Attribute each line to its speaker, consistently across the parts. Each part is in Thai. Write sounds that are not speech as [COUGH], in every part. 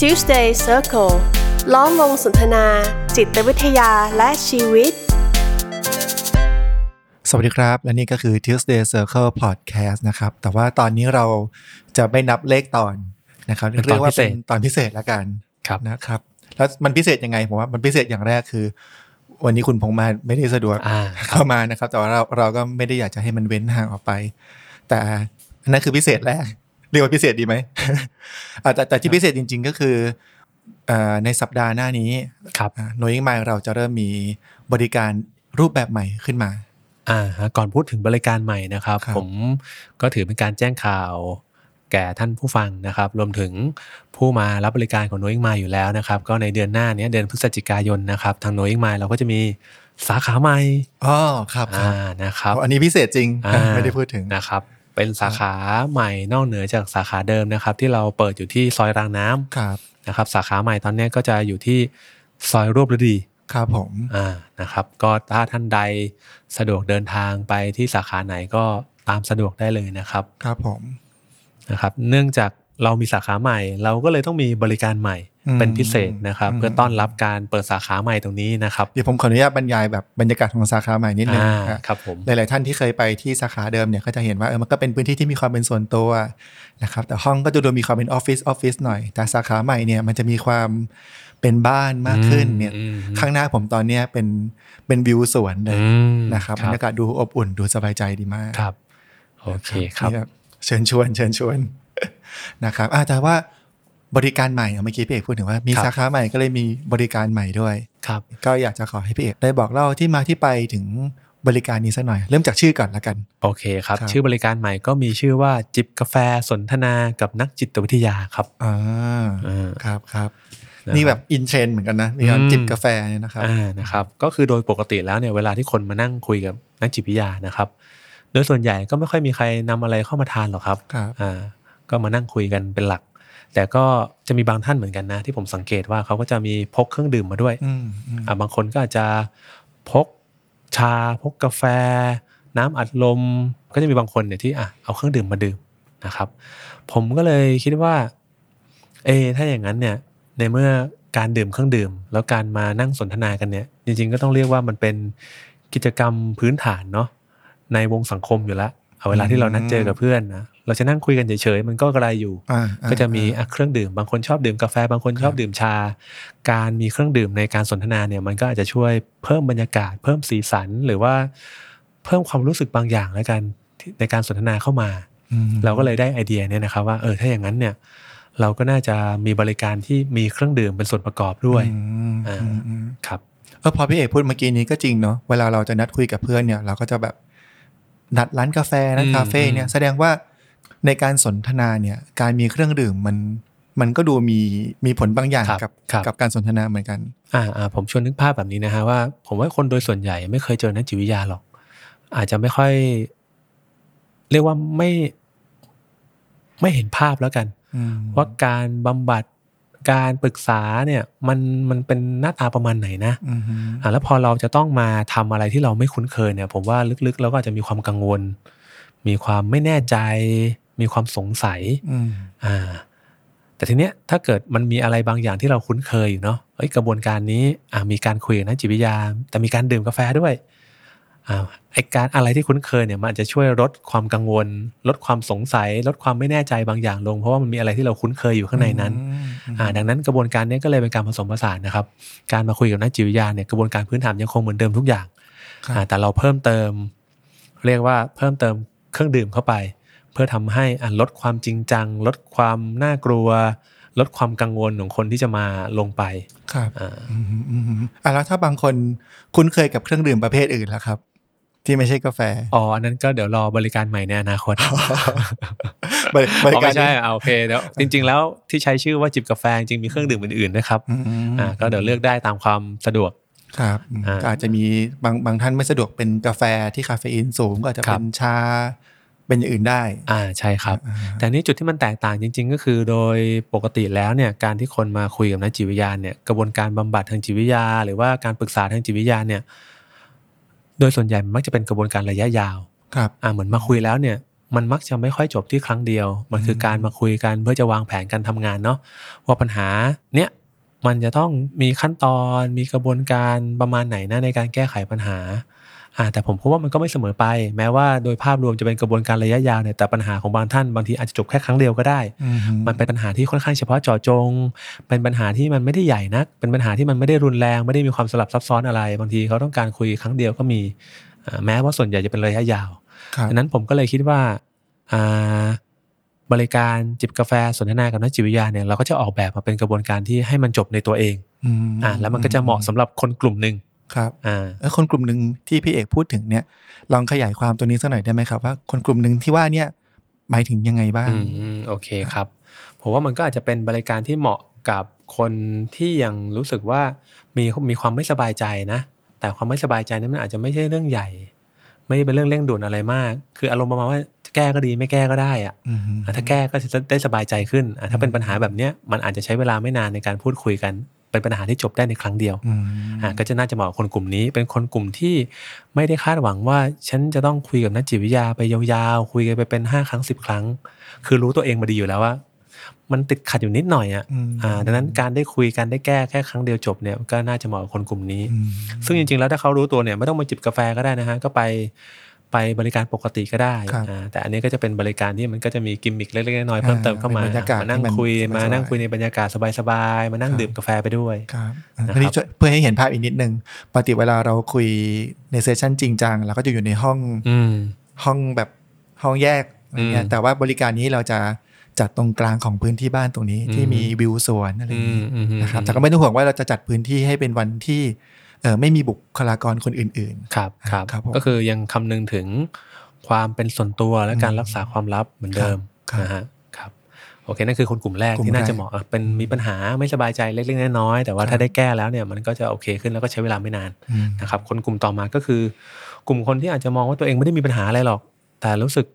Speaker 1: Tuesday Circle ล้อมวงสนทนา จิตวิทยาและชีวิต
Speaker 2: สวัสดีครับ และนี่ก็คือ Tuesday Circle Podcast นะครับ แต่ว่าตอนนี้เราจะไม่นับเลขตอนนะครับ
Speaker 3: เป็นตอน
Speaker 2: เรียกว่า
Speaker 3: พิเศ
Speaker 2: เป็
Speaker 3: ษ
Speaker 2: นตอนพิเศษละกัน
Speaker 3: ครับ
Speaker 2: นะครับ แล้วมันพิเศษยังไงผมว่ามันพิเศษอย่างแรกคือ วันนี้คุณพงษ์มาไม่ได้สะดวก
Speaker 3: อ่า
Speaker 2: เข้ามานะครับ แต่ว่าเราเราก็ไม่ได้อยากจะให้มันเว้นห่างออกไป แต่อันนั้นคือพิเศษแรก เรียกว่าพิเศษดีไหม [LAUGHS] อ่าแต่แต่ที่พิเศษจริง ๆ ก็คือเอ่อในสัปดาห์หน้านี้
Speaker 3: ครับ
Speaker 2: อ่าหน่วยยิ่งมายเราจะเริ่มมีบริการรูปแบบใหม่ขึ้นมา
Speaker 3: อ่าฮะก่อนพูดถึงบริการใหม่นะครับ
Speaker 2: ครับ
Speaker 3: ผมก็ถือเป็นการแจ้งข่าว แก่ท่านผู้ฟังนะครับ รวมถึงผู้มารับบริการของโนอิงมาอยู่แล้วนะครับ ก็ในเดือนหน้าเนี้ยเดือนพฤศจิกายนนะครับ ทางโนอิงมาเราก็จะมีสาขาใหม่
Speaker 2: อ๋อครับค
Speaker 3: อ่า
Speaker 2: รับ
Speaker 3: นะครับ
Speaker 2: อันนี้พิเศษจริง
Speaker 3: อ่า
Speaker 2: ไม่ได้พูดถึง
Speaker 3: นะครับ เป็นสาขาใหม่นอกเหนือจากสาขาเดิมนะครับ ที่เราเปิดอยู่ที่ซอยรางน้ำ
Speaker 2: ครับ
Speaker 3: นะครับ สาขาใหม่ตอนเนี้ยก็จะอยู่ที่ซอยรวบฤดี
Speaker 2: ครับผม
Speaker 3: อ่า นะครับ ก็ถ้าท่านใดสะดวกเดินทางไปที่สาขาไหนก็ตามสะดวกได้เลยนะครับ
Speaker 2: ครับผม
Speaker 3: นะครับ เนื่องจากเรามีสาขาใหม่ เราก็เลยต้องมีบริการใหม่
Speaker 2: อืม
Speaker 3: เป็นพิเศษนะครับ
Speaker 2: อืม
Speaker 3: เพื่อต้อนรับการเปิดสาขาใหม่ตรงนี้นะครับ
Speaker 2: เดี๋ยวผมขออนุญาตบรรยายแบบบรรยากาศของสาขาใหม่นิดนึง
Speaker 3: อ่า
Speaker 2: ฮะ
Speaker 3: ครับผม
Speaker 2: หลาย ๆ ท่านที่เคยไปที่สาขาเดิมเนี่ยก็จะเห็นว่าเออมันก็เป็นพื้นที่ที่มีความเป็นส่วนตัวนะครับ แต่ห้องก็จะดูมีความเป็นออฟฟิศออฟฟิศหน่อย แต่สาขาใหม่เนี่ยมันจะมีความเป็นบ้านมากขึ้นเนี่ย
Speaker 3: อืมอืม
Speaker 2: ข้างหน้าผมตอนเนี้ยเป็นเป็นวิวสวนเลย
Speaker 3: อืม
Speaker 2: นะครับบรรยากาศดูอบอุ่นดูสบายใจดีมาก
Speaker 3: ครับ โอเคครับ
Speaker 2: นี่เชิญชวนเชิญชวน [LAUGHS] นะครับอ่ะแต่ว่าบริการใหม่อ่ะเมื่อกี้พี่เอกพูดถึงว่ามี
Speaker 3: ครับ
Speaker 2: สาขาใหม่ก็เลยมีบริการใหม่ด้วย
Speaker 3: ครับ
Speaker 2: ก็อยากจะขอให้พี่เอกได้บอกเล่าที่มาที่ไปถึงบริการนี้สักหน่อย เริ่มจากชื่อก่อนละกัน
Speaker 3: โอเคครับ
Speaker 2: ครับ
Speaker 3: ชื่อบริการใหม่ก็มีชื่อว่าจิบกาแฟสนทนากับนักจิตวิทยาครับ
Speaker 2: อ่า
Speaker 3: อ่า
Speaker 2: ครับครับ
Speaker 3: นะครับ
Speaker 2: นี่แบบอินเทรนด์เหมือนกันนะมีการ
Speaker 3: อืม
Speaker 2: จิบกาแฟเนี่ยนะครับ
Speaker 3: อ่านะครับก็คือโดยปกติแล้วเนี่ยเวลาที่คนมานั่งคุยกับนักจิตวิทยานะครับ โดยส่วนใหญ่ก็ไม่ค่อยมีใครนำอะไรเข้ามาทานหรอกครับ
Speaker 2: ครับ
Speaker 3: อ่าก็มานั่งคุยกันเป็นหลัก แต่ก็จะมีบางท่านเหมือนกันนะที่ผมสังเกตว่าเขาก็จะมีพกเครื่องดื่มมาด้วย
Speaker 2: อืมอืม
Speaker 3: อ่าบางคนก็อาจจะพกชาพกกาแฟ น้ำอัดลม ก็จะมีบางคนเนี่ยที่อ่ะเอาเครื่องดื่มมาดื่มนะครับ ผมก็เลยคิดว่า เอะถ้าอย่างนั้นเนี่ย ในเมื่อการดื่มเครื่องดื่ม แล้วการมานั่งสนทนากันเนี่ย จริงๆก็ต้องเรียกว่ามันเป็นกิจกรรมพื้นฐานเนาะในวงสังคมอยู่แล้วเอาเวลาที่เรานัดเจอกับเพื่อนนะเราจะนั่งคุยกันเฉยๆมันก็กระไรอยู่
Speaker 2: อ่า
Speaker 3: ก็จะมีอ่ะเครื่องดื่ม บางคนชอบดื่มกาแฟ บางคนชอบดื่มชา การมีเครื่องดื่มในการสนทนาเนี่ยมันก็อาจจะช่วยเพิ่มบรรยากาศ เพิ่มสีสันหรือว่า เพิ่มความรู้สึกบางอย่างแล้วกันที่ในการสนทนาเข้ามา
Speaker 2: อืม
Speaker 3: เราก็เลยได้ไอเดียเนี่ยนะครับว่าเออถ้าอย่างนั้นเนี่ยเราก็น่าจะมีบริการที่มีเครื่องดื่มเป็นส่วนประกอบด้วย
Speaker 2: อืม
Speaker 3: อ่า
Speaker 2: อืมอืม
Speaker 3: ครับ
Speaker 2: เออพอพี่เอกพูดเมื่อกี้นี้ก็จริงเนาะเวลาเราจะนัดคุยกับเพื่อนเนี่ย เราก็จะแบบนัดร้านกาแฟนัดคาเฟ่เนี่ยแสดงว่าในการสนทนาเนี่ย การมีเครื่องดื่มมันมันก็ดูมีมีผลบางอย่าง
Speaker 3: ค
Speaker 2: กั
Speaker 3: รับ
Speaker 2: บ
Speaker 3: ครับ
Speaker 2: กับการสนทนาเหมือนกัน
Speaker 3: อ่าอ่าผมชวนนึกภาพแบบนี้นะฮะว่า ผมว่าคนโดยส่วนใหญ่ไม่เคยเจอนักจิตวิทยาหรอก อาจจะไม่ค่อย เรียกว่าไม่ ไม่เห็นภาพแล้วกัน
Speaker 2: อืม
Speaker 3: ว่าการบำบัดการปรึกษาเนี่ยมันมันเป็นหน้าตาประมาณไหนนะ
Speaker 2: อืมฮึ
Speaker 3: อ่าแล้วพอเราจะต้องมาทำอะไรที่เราไม่คุ้นเคยเนี่ย ผมว่าลึกๆเราก็อาจจะมีความกังวล มีความไม่แน่ใจ มีความสงสัย
Speaker 2: อืม
Speaker 3: อ่าแต่ทีเนี้ยถ้าเกิดมันมีอะไรบางอย่างที่เราคุ้นเคยอยู่เนาะเอ้ยกระบวนการนี้อ่ามีการคุยกับนักจิตวิทยา แต่มีการดื่มกาแฟด้วยอ่าไอการอะไรที่คุ้นเคยเนี่ยมันอาจจะช่วยลดความกังวล ลดความสงสัย ลดความไม่แน่ใจบางอย่างลง เพราะว่ามันมีอะไรที่เราคุ้นเคยอยู่ข้างในนั้น
Speaker 2: อืม
Speaker 3: อ่าดังนั้นกระบวนการเนี้ยก็เลยเป็นการผสมผสานนะครับ การมาคุยกับนักจิตวิทยาเนี่ยกระบวนการพื้นฐานยังคงเหมือนเดิมทุกอย่าง
Speaker 2: ครับ
Speaker 3: อ่าแต่เราเพิ่มเติม เรียกว่าเพิ่มเติมเครื่องดื่มเข้าไป เพื่อทำให้อ่ะลดความจริงจัง ลดความน่ากลัว ลดความกังวลของคนที่จะมาลงไป
Speaker 2: ครับ
Speaker 3: อ่า
Speaker 2: อืมฮึอืมฮึอ่ะแล้วถ้าบางคนคุ้นเคยกับเครื่องดื่มประเภทอื่นแล้วครับ ที่ไม่ใช่กาแฟ
Speaker 3: อ๋ออันนั้นก็เดี๋ยวรอบริการใหม่ในอนาค
Speaker 2: [LAUGHS]
Speaker 3: ต
Speaker 2: บริบริ
Speaker 3: อ๋อ
Speaker 2: การ
Speaker 3: ไม่ใช่อ่ะโอเคเดี๋ยวจริง ๆ แล้วที่ใช้ชื่อว่าจิบกาแฟจริงๆมีเครื่องดื่มอื่นๆด้วยครับ
Speaker 2: อืมฮึ
Speaker 3: อ่าก็เดี๋ยวเลือกได้ตามความสะดวก
Speaker 2: ครับอืม
Speaker 3: อ่า
Speaker 2: ก็อาจจะมีบางบางท่านไม่สะดวกเป็นกาแฟที่คาเฟอีนสูงก็อาจจะ
Speaker 3: ครั
Speaker 2: เป็
Speaker 3: บ
Speaker 2: นชาเป็นอย่างอื่นได้
Speaker 3: อ่าใช่ครับ แต่นี่จุดที่มันแตกต่างจริง ๆ ก็คือโดยปกติแล้วเนี่ยการที่คนมาคุยกับนักจิตวิทยาเนี่ยกระบวนการบำบัดทางจิตวิทยา หรือว่าการปรึกษาทางจิตวิทยาเนี่ยโดยส่วนใหญ่มันมักจะเป็นกระบวนการระยะยาว
Speaker 2: ครับ
Speaker 3: อ่าเหมือนมาคุยแล้วเนี่ย มันมักจะไม่ค่อยจบที่ครั้งเดียว มันคือการมาคุยกันเพื่อจะวางแผนการทำงานเนาะว่าปัญหาเนี้ยมันจะต้องมีขั้นตอนมีกระบวนการประมาณไหนนะในการแก้ไขปัญหาอ่าแต่ผมคิดว่ามันก็ไม่เสมอไป แม้ว่าโดยภาพรวมจะเป็นกระบวนการระยะยาวเนี่ยแต่ปัญหาของบางท่านบางทีอาจจะจบแค่ครั้งเดียวก็ได้
Speaker 2: อือฮึ
Speaker 3: มันเป็นปัญหาที่ค่อนข้างเฉพาะเจาะจง เป็นปัญหาที่มันไม่ได้ใหญ่นัก เป็นปัญหาที่มันไม่ได้รุนแรง ไม่ได้มีความสลับซับซ้อนอะไร บางทีเขาต้องการคุยครั้งเดียวก็มีอ่าแม้ว่าส่วนใหญ่จะเป็นระยะยาว
Speaker 2: ครับ
Speaker 3: ดังนั้นผมก็เลยคิดว่าอ่าบริการจิบกาแฟสนทนากับนักจิตวิทยาเนี่ยเราก็จะออกแบบมาเป็นกระบวนการที่ให้มันจบในตัวเอง
Speaker 2: อืม
Speaker 3: อ่าแล้วมันก็จะเหมาะสำหรับคนกลุ่มหนึ่ง
Speaker 2: ครับ
Speaker 3: อ่า
Speaker 2: เอ้อคนกลุ่มหนึ่งที่พี่เอกพูดถึงเนี่ย ลองขยายความตัวนี้สักหน่อยได้ไหมครับว่าคนกลุ่มหนึ่งที่ว่าเนี่ยหมายถึงยังไงบ้าง
Speaker 3: อืมโอเคครับผมว่ามันก็อาจจะเป็นบริการที่เหมาะกับคนที่ยังรู้สึกว่ามีมีความไม่สบายใจนะ แต่ความไม่สบายใจนั้นมันอาจจะไม่ใช่เรื่องใหญ่ ไม่ได้เป็นเรื่องเร่งด่วนอะไรมาก คืออารมณ์ประมาณว่าจะแก้ก็ดีไม่แก้ก็ได้อะ
Speaker 2: อืม
Speaker 3: อ่ะถ้าแก้ก็จะได้สบายใจขึ้นอ่ะถ้าเป็นปัญหาแบบเนี้ยมันอาจจะใช้เวลาไม่นานในการพูดคุยกัน เป็นปัญหาที่จบได้ในครั้งเดียว
Speaker 2: อืม
Speaker 3: อ่ะก็จะน่าจะเหมาะกับคนกลุ่มนี้ เป็นคนกลุ่มที่ไม่ได้คาดหวังว่า ฉันจะต้องคุยกับนักจิตวิทยาไปยาวๆ คุยกันไปเป็น 5 ครั้ง 10 ครั้ง คือรู้ตัวเองมาดีอยู่แล้วว่า มันติดขัดอยู่นิดหน่อยอ่ะ
Speaker 2: อืม
Speaker 3: อ่าดังนั้นการได้คุยกันได้แก้แค่ครั้งเดียวจบเนี่ยก็น่าจะเหมาะกับคนกลุ่มนี้
Speaker 2: อืม
Speaker 3: ซึ่งจริงๆ แล้วถ้าเขารู้ตัวเนี่ยไม่ต้องมาจิบกาแฟก็ได้นะฮะก็ไปไปบริการปกติก็ได้
Speaker 2: ครับ
Speaker 3: อ่าแต่อันนี้ก็จะเป็นบริการที่มันก็จะมีกิมมิคเล็กๆน้อยๆเพิ่มเติมเข้ามา
Speaker 2: อ่าเป็นบรรยากาศ
Speaker 3: มานั่ง
Speaker 2: ที่มัน
Speaker 3: คุยมา
Speaker 2: สบายๆ
Speaker 3: นั่งคุยในบรรยากาศสบายๆมานั่ง
Speaker 2: ครับ
Speaker 3: ดื่มกาแฟไปด้วย
Speaker 2: ครับ
Speaker 3: นะครับ
Speaker 2: อันนี้ช่วยเพื่อให้เห็นภาพอีกนิดนึงปกติเวลาเราคุยในเซสชันจริงจังเราก็จะอยู่ในห้อง
Speaker 3: อืม
Speaker 2: ห้องแบบห้องแยกอะไรเงี้ย
Speaker 3: อืม
Speaker 2: แต่ว่าบริการนี้เราจะจัดตรงกลางของพื้นที่บ้านตรงนี้
Speaker 3: อืม
Speaker 2: ที่มีวิวสวนอะไรอย่างงี้
Speaker 3: อืมอืม
Speaker 2: นะครับแต่ก็ไม่ต้องห่วงว่าเราจะจัดพื้นที่ให้เป็นวันที่เออไม่มีบุคลากรคนอื่น
Speaker 3: ครับครับ
Speaker 2: ครับผม
Speaker 3: ก็คือยังคำนึงถึงความเป็นส่วนตัวและการรักษาความลับเหมือนเดิม
Speaker 2: ครับ
Speaker 3: นะฮะครับโอเคนั่นคือคนกลุ่มแรก
Speaker 2: กลุ่ม
Speaker 3: ที่น่า
Speaker 2: แรก
Speaker 3: จะเหมาะอ่ะเป็นมีปัญหาไม่สบายใจเล็กๆน้อยๆแต่
Speaker 2: ค
Speaker 3: ว่า
Speaker 2: รับ
Speaker 3: ถ้าได้แก้แล้วเนี่ยมันก็จะโอเคขึ้นแล้วก็ใช้เวลาไม่นาน
Speaker 2: ๆอืม
Speaker 3: นะครับคนกลุ่มต่อมาก็คือ กลุ่มคนที่อาจจะมองว่าตัวเองไม่ได้มีปัญหาอะไรหรอก แต่รู้สึก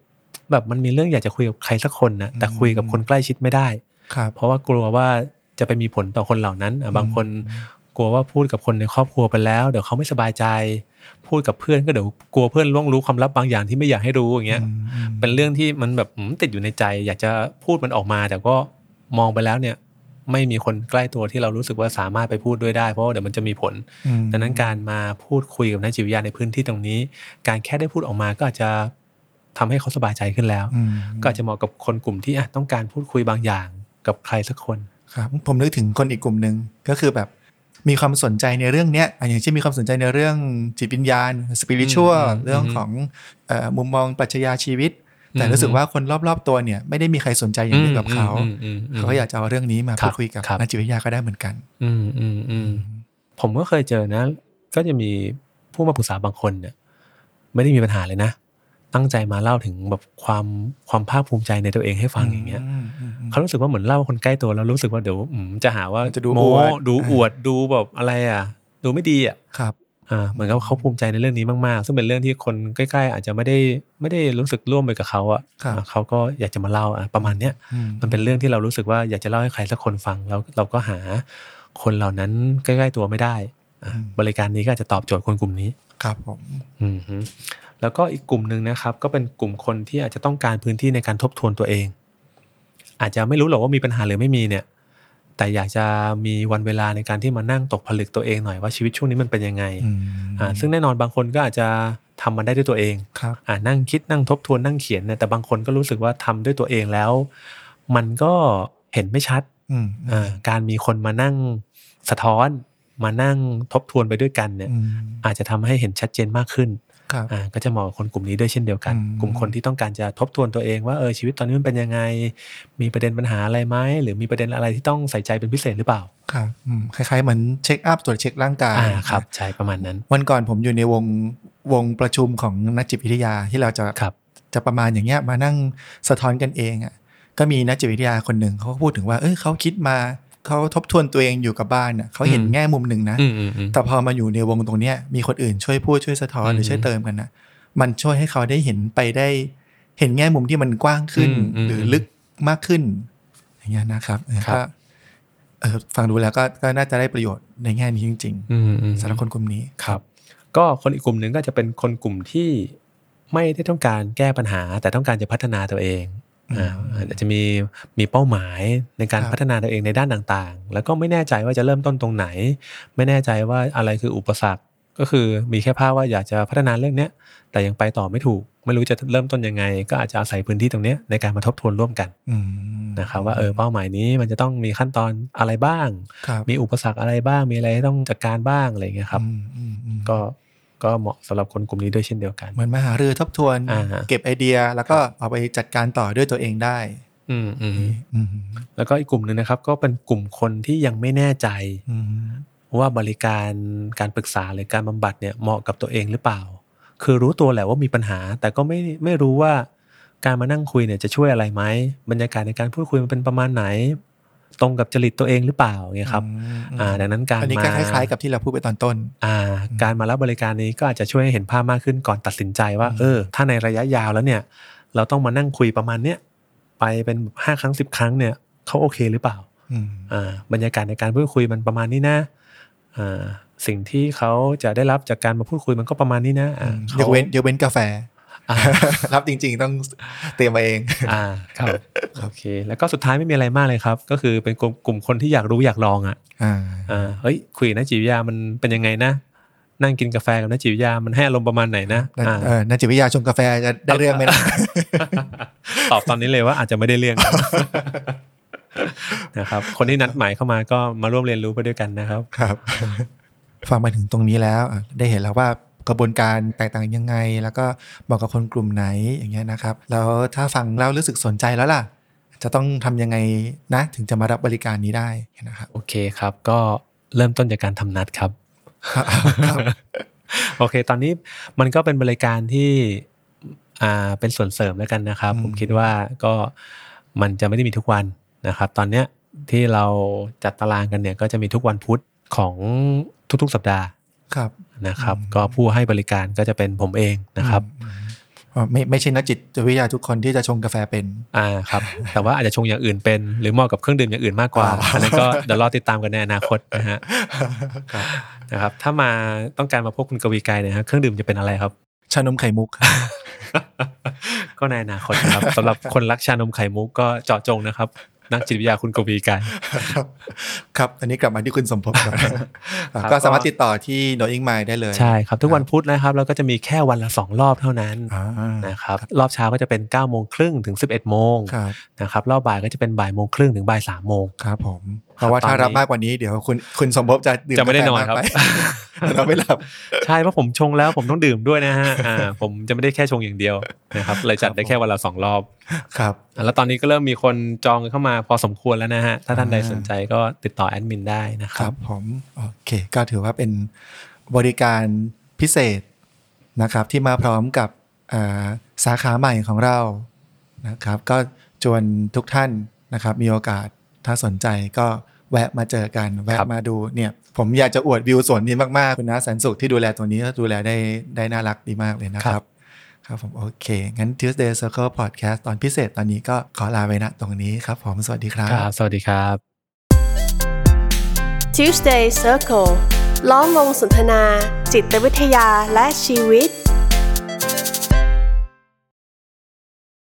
Speaker 3: แบบมันมีเรื่องอยากจะคุยกับใครสักคนนะแต่
Speaker 2: อืม
Speaker 3: คุยกับคนใกล้ชิดไม่ได้
Speaker 2: ครับ
Speaker 3: เพราะว่ากลัวว่าจะไปมีผลต่อคนเหล่านั้นอ่ะบางคนกลัวว่าพูดกับคนในครอบครัวไปแล้ว เดี๋ยวเขาไม่สบายใจ พูดกับเพื่อนก็เดี๋ยวกลัวเพื่อนล่วงรู้ความลับบางอย่างที่ไม่อยากให้รู้อย่างเงี้ย
Speaker 2: อืมอืม
Speaker 3: เป็นเรื่องที่มันแบบอืมติดอยู่ในใจ อยากจะพูดมันออกมา แต่ก็มองไปแล้วเนี่ย ไม่มีคนใกล้ตัวที่เรารู้สึกว่าสามารถไปพูดด้วยได้เพราะว่าเดี๋ยวมันจะมีผล
Speaker 2: อืม
Speaker 3: ดังนั้นการมาพูดคุยกับนักจิตวิทยาในพื้นที่ตรงนี้ การแค่ได้พูดออกมาก็อาจจะทำให้เขาสบายใจขึ้นแล้ว
Speaker 2: อืม
Speaker 3: ก็อาจจะเหมาะกับคนกลุ่มที่อ่ะต้องการพูดคุยบางอย่างกับใครสักคน
Speaker 2: ครับผมนึกถึงคนอีกกลุ่มหนึ่งก็คือแบบมีความสนใจในเรื่องเนี้ยอ่ะอย่างเช่นมีความสนใจในเรื่องจิตวิญญาณสปิริตชัว
Speaker 3: อืมอืม
Speaker 2: เรื่องของเอ่อมุมมองปรัชญาชีวิต แต่
Speaker 3: อืม
Speaker 2: รู้สึกว่าคนรอบๆตัวเนี่ยไม่ได้มีใครสนใจอย่างนี้ยวกับเขา
Speaker 3: อืมอืมม
Speaker 2: เขาก็อยากจะเอาเรื่องนี้มา
Speaker 3: ค
Speaker 2: พู
Speaker 3: รับ
Speaker 2: ดคุยกับ
Speaker 3: ครับ
Speaker 2: นักจิตวิทยาก็ได้เหมือนกัน
Speaker 3: อืมอืมอืมผมก็เคยเจอนะ ก็จะมีผู้มาปรึกษาบางคนเนี่ยไม่ได้มีปัญหาเลยนะ ตั้งใจมาเล่าถึงแบบความความภาคภูมิใจในตัวเองให้ฟังอย่างเงี้ยเขารู้สึกว่าเหมือนเล่าคนใกล้ตัวแล้วรู้สึกว่าเดี๋ยวอืมจะหาว่า
Speaker 2: จะดู
Speaker 3: โม
Speaker 2: อวด
Speaker 3: ดูอวดดูแบบอะไรอ่ะ ดูไม่ดีอ่ะ
Speaker 2: ครับ
Speaker 3: อ่าเหมือนกับเขาภูมิใจในเรื่องนี้มากๆ ซึ่งเป็นเรื่องที่คนใกล้ ๆ อาจจะไม่ได้ไม่ได้รู้สึกร่วมไปกับเขาอะ
Speaker 2: ครับ
Speaker 3: อ่ะเขาก็อยากจะมาเล่าอ่ะประมาณเนี้ย
Speaker 2: อืม
Speaker 3: มันเป็นเรื่องที่เรารู้สึกว่าอยากจะเล่าให้ใครสักคนฟังแล้วเราก็หาคนเหล่านั้นใกล้ๆตัวไม่ได้อ่ะบริการนี้ก็อาจจะตอบโจทย์คนกลุ่มนี้
Speaker 2: ครับผม
Speaker 3: อืมฮึแล้วก็อีกกลุ่มหนึ่งนะครับ ก็เป็นกลุ่มคนที่อาจจะต้องการพื้นที่ในการทบทวนตัวเอง อาจจะไม่รู้หรอกว่ามีปัญหาหรือไม่มีเนี่ย แต่อยากจะมีวันเวลาในการที่มานั่งตกผลึกตัวเองหน่อยว่าชีวิตช่วงนี้มันเป็นยังไง
Speaker 2: อืม
Speaker 3: อ่าซึ่งแน่นอนบางคนก็อาจจะทำมันได้ด้วยตัวเอง
Speaker 2: ครับ
Speaker 3: อ่านั่งคิดนั่งทบทวนนั่งเขียนเนี่ยแต่บางคนก็รู้สึกว่าทำด้วยตัวเองแล้ว มันก็เห็นไม่ชัด
Speaker 2: อืม
Speaker 3: อ่าการมีคนมานั่งสะท้อน มานั่งทบทวนไปด้วยกันเนี่ย
Speaker 2: อืม
Speaker 3: อาจจะทำให้เห็นชัดเจนมากขึ้น
Speaker 2: ครับ
Speaker 3: อ่าก็จะเหมาะกับคนกลุ่มนี้ด้วยเช่นเดียวกัน
Speaker 2: อืม
Speaker 3: กลุ่มคนที่ต้องการจะทบทวนตัวเองว่าเออชีวิตตอนนี้มันเป็นยังไง มีประเด็นปัญหาอะไรไหมหรือมีประเด็นอะไรที่ต้องใส่ใจเป็นพิเศษหรือเปล่า
Speaker 2: ครับอืมคล้ายๆเหมือนเช็คอัพตรวจเช็คร่างกาย
Speaker 3: อ่าครับใช่ประมาณนั้น
Speaker 2: วันก่อนผมอยู่ในวงวงประชุมของนักจิตวิทยาที่เราจะ
Speaker 3: ครับ
Speaker 2: จะประมาณอย่างเงี้ยมานั่งสะท้อนกันเองอะ่ะก็มีนักจิตวิทยาคนหนึ่งเขาก็พูดถึงว่าเอยเขาคิดมาเขาทบทวนตัวเองอยู่กับบ้านอ่ะเขาเห็น
Speaker 3: อืม
Speaker 2: แง่มุมหนึ่งนะ
Speaker 3: อืมอืมอืม
Speaker 2: แต่พอมาอยู่ในวงตรงเนี้ยมีคนอื่นช่วยพูดช่วยสะท้อน
Speaker 3: อืม
Speaker 2: หรือช่วยเติมกันนะมันช่วยให้เขาได้เห็นไปได้เห็นแง่มุมที่มันกว้างขึ้น
Speaker 3: อืมอืม
Speaker 2: หรือลึกมากขึ้น อย่างเงี้ยนะครับเออ
Speaker 3: ครับ
Speaker 2: ก็เออฟังดูแล้วก็ก็น่าจะได้ประโยชน์ในแง่นี้จริง
Speaker 3: อืมอืม
Speaker 2: ๆสำหรับคนกลุ่มนี้
Speaker 3: ครับก็คนอีกกลุ่มหนึ่งก็จะเป็นคนกลุ่มที่ ไม่ได้ต้องการแก้ปัญหา แต่ต้องการจะพัฒนาตัวเองอ่าอาจจะมีมีเป้าหมายในการ
Speaker 2: ครับ
Speaker 3: พัฒนาตัวเองในด้านต่างๆ แล้วก็ไม่แน่ใจว่าจะเริ่มต้นตรงไหน ไม่แน่ใจว่าอะไรคืออุปสรรค ก็คือมีแค่ภาพว่าอยากจะพัฒนาเรื่องเนี้ย แต่ยังไปต่อไม่ถูก ไม่รู้จะเริ่มต้นยังไง ก็อาจจะอาศัยพื้นที่ตรงเนี้ยในการมาทบทวนร่วมกัน
Speaker 2: อืม
Speaker 3: นะครับว่าเออเป้าหมายนี้มันจะต้องมีขั้นตอนอะไรบ้าง
Speaker 2: ครับ
Speaker 3: มีอุปสรรคอะไรบ้าง มีอะไรให้ต้องจัดการบ้างอะไรอย่างเงี้ยครับ
Speaker 2: อืมอืมอืม
Speaker 3: ก็ก็เหมาะสำหรับคนกลุ่มนี้ด้วยเช่นเดียวกัน
Speaker 2: เหมือนมาหารือทบทวน
Speaker 3: อ่าฮะ
Speaker 2: เก็บไอเดียแล้วก็เอาไปจัดการต่อด้วยตัวเองได้
Speaker 3: อืมอืม
Speaker 2: อืม
Speaker 3: แล้วก็อีกกลุ่มหนึ่งนะครับ ก็เป็นกลุ่มคนที่ยังไม่แน่ใจ
Speaker 2: อืม
Speaker 3: ว่าบริการการปรึกษาหรือการบำบัดเนี่ยเหมาะกับตัวเองหรือเปล่า คือรู้ตัวแหละว่ามีปัญหา แต่ก็ไม่ไม่รู้ว่าการมานั่งคุยเนี่ยจะช่วยอะไรไหมบรรยากาศในการพูดคุยมันเป็นประมาณไหน ตรงกับจริตตัวเองหรือเปล่าเนี่ยครับ
Speaker 2: อืม
Speaker 3: อ่าดังนั้นการ
Speaker 2: อันนี้ก็
Speaker 3: มา
Speaker 2: คล้ายๆกับที่เราพูดไปตอนต้น
Speaker 3: อ่าการมารับบริการนี้ก็อาจจะช่วยให้เห็นภาพมากขึ้นก่อนตัดสินใจว่า เออ ถ้าในระยะยาวแล้วเนี่ย เราต้องมานั่งคุยประมาณเนี้ยไปเป็นห้าครั้งสิบครั้งเนี่ยเขาโอเคหรือเปล่า
Speaker 2: อืม
Speaker 3: อ่าบรรยากาศในการพูดคุยมันประมาณนี้นะอ่าสิ่งที่เขาจะได้รับจากการมาพูดคุยมันก็ประมาณนี้นะอ่าขาย
Speaker 2: กเว้นยกเว้นกาแฟ
Speaker 3: อ่า
Speaker 2: [LAUGHS] รับจริง ๆ ต้องเตรียมมาเอง
Speaker 3: อ่าครับโอเค แล้วก็สุดท้ายไม่มีอะไรมากเลยครับ ก็คือเป็นกลุ่มกลุ่มคนที่อยากรู้อยากลองอ่ะ
Speaker 2: อ่า
Speaker 3: อ่าเฮ้ยคุยนะจิวิทยามันเป็นยังไงนะ นั่งกินกาแฟกับนะจิวิทยามันให้อารมณ์ประมาณไหนนะ
Speaker 2: นั่น
Speaker 3: อ่า
Speaker 2: เออนักจิตวิทยาชงกาแฟ
Speaker 3: [LAUGHS]
Speaker 2: จะได้เรื่องไหมนะ
Speaker 3: ตอบตอนนี้เลยว่าอาจจะไม่ได้เรื่อง [LAUGHS] นะครับคนที่นัดหมายเข้ามาก็มาร่วมเรียนรู้ไปด้วยกันนะครับ
Speaker 2: ครับฟังมาถึงตรงนี้แล้วอ่ะได้เห็นแล้วว่ากระบวนการแตกต่างยังไง แล้วก็เหมาะกับคนกลุ่มไหนอย่างเงี้ยนะครับ แล้วถ้าฟังแล้วรู้สึกสนใจแล้วล่ะ จะต้องทำยังไงนะ ถึงจะมารับบริการนี้ได้นะครับ
Speaker 3: โอเคครับ ก็เริ่มต้นจากการทำนัดครับ [LAUGHS] โอเค ตอนนี้มันก็เป็นบริการที่อ่าเป็นส่วนเสริมแล้วกันนะครับ
Speaker 2: อืม
Speaker 3: ผมคิดว่าก็มันจะไม่ได้มีทุกวันนะครับ ตอนเนี้ยที่เราจัดตารางกันเนี่ยก็จะมีทุกวันพุธของทุกๆสัปดาห์
Speaker 2: ครับ
Speaker 3: นะครับ
Speaker 2: อืม
Speaker 3: ก็ผู้ให้บริการก็จะเป็นผมเองนะครับ
Speaker 2: อืมอ๋อไม่ไม่ใช่นักจิตวิทยาทุกคนที่จะชงกาแฟเป็น
Speaker 3: อ่าครับ แต่ว่าอาจจะชงอย่างอื่นเป็น หรือเหมาะกับเครื่องดื่มอย่างอื่นมากกว่า
Speaker 2: อ่า
Speaker 3: อันนั้นก็เดี๋ยวรอติดตามกันในอนาคตนะฮะนะครับ ถ้ามาต้องการมาพบคุณกวีไกรเนี่ยฮะเครื่องดื่มจะเป็นอะไรครับ [LAUGHS]
Speaker 2: ชานมไข่มุกครับ
Speaker 3: ก็ในอนาคตนะครับ สำหรับคนรักชานมไข่มุกก็เจาะจงนะครับ นักจิตวิทยาคุณกวีไกร
Speaker 2: ครับอันนี้กลับมาที่คุณสมภพก่อน
Speaker 3: [LAUGHS] ครับ
Speaker 2: ก็สามารถติดต่อที่โนอิงไมได้เลย
Speaker 3: ใช่ครับ ทุกวันพุธนะครับ เราก็จะมีแค่วันละ 2 รอบเท่านั้น
Speaker 2: อ่า
Speaker 3: นะครับ รอบเช้าก็จะเป็น9ก้าโมงครึ่งถึง 11บเอ็ดโมง
Speaker 2: ครับ
Speaker 3: นะครับรอบบ่ายก็จะเป็นบ่ายโมงครึ่งถึงบ่ายสามโมง
Speaker 2: ครับผม เพราะว่าถ้ารับมากกว่านี้เดี๋ยวคุณคุณสมภพจะดื่ม
Speaker 3: จะไม่ได้นอน
Speaker 2: กาแฟมาก
Speaker 3: ครับ
Speaker 2: ไป [LAUGHS] เราไม่หลับ
Speaker 3: [LAUGHS] ใช่เพราะผมชงแล้วผมต้องดื่มด้วยนะฮะอ่าผมจะไม่ได้แค่ชงอย่างเดียวนะครับเลยจัดได้แค่วันละสองรอบ
Speaker 2: ครับ
Speaker 3: อ่ะแล้วตอนนี้ก็เริ่มมีคนจองเข้ามาพอสมควรแล้วนะฮะ ถ้าท่านใดสนใจก็ติดต่อแอดมินได้นะค
Speaker 2: ค
Speaker 3: รั
Speaker 2: รับ บผมโอเค ก็ถือว่าเป็นบริการพิเศษนะครับ ที่มาพร้อมกับอ่าสาขาใหม่ของเรานะครับ ก็ชวนทุกท่านนะครับ มีโอกาสถ้าสนใจก็แวะมาเจอกัน แวะ
Speaker 3: ครับ
Speaker 2: มาดูเนี่ย ผมอยากจะอวดวิวสวนนี้มากๆ คุณน้าแสนสุขที่ดูแลตัวนี้ก็ดูแลได้ได้น่ารักดีมากเลยนะครับ ครับผมโอเค งั้น Tuesday Circle Podcast ตอนพิเศษตอนนี้ก็ขอลาไปนะตรงนี้ครับ ผมสวัสดีครับ
Speaker 3: ครับ สวัสดีครับ
Speaker 1: Tuesday Circle ล้อมวงสนทนา จิตวิทยาและชีวิต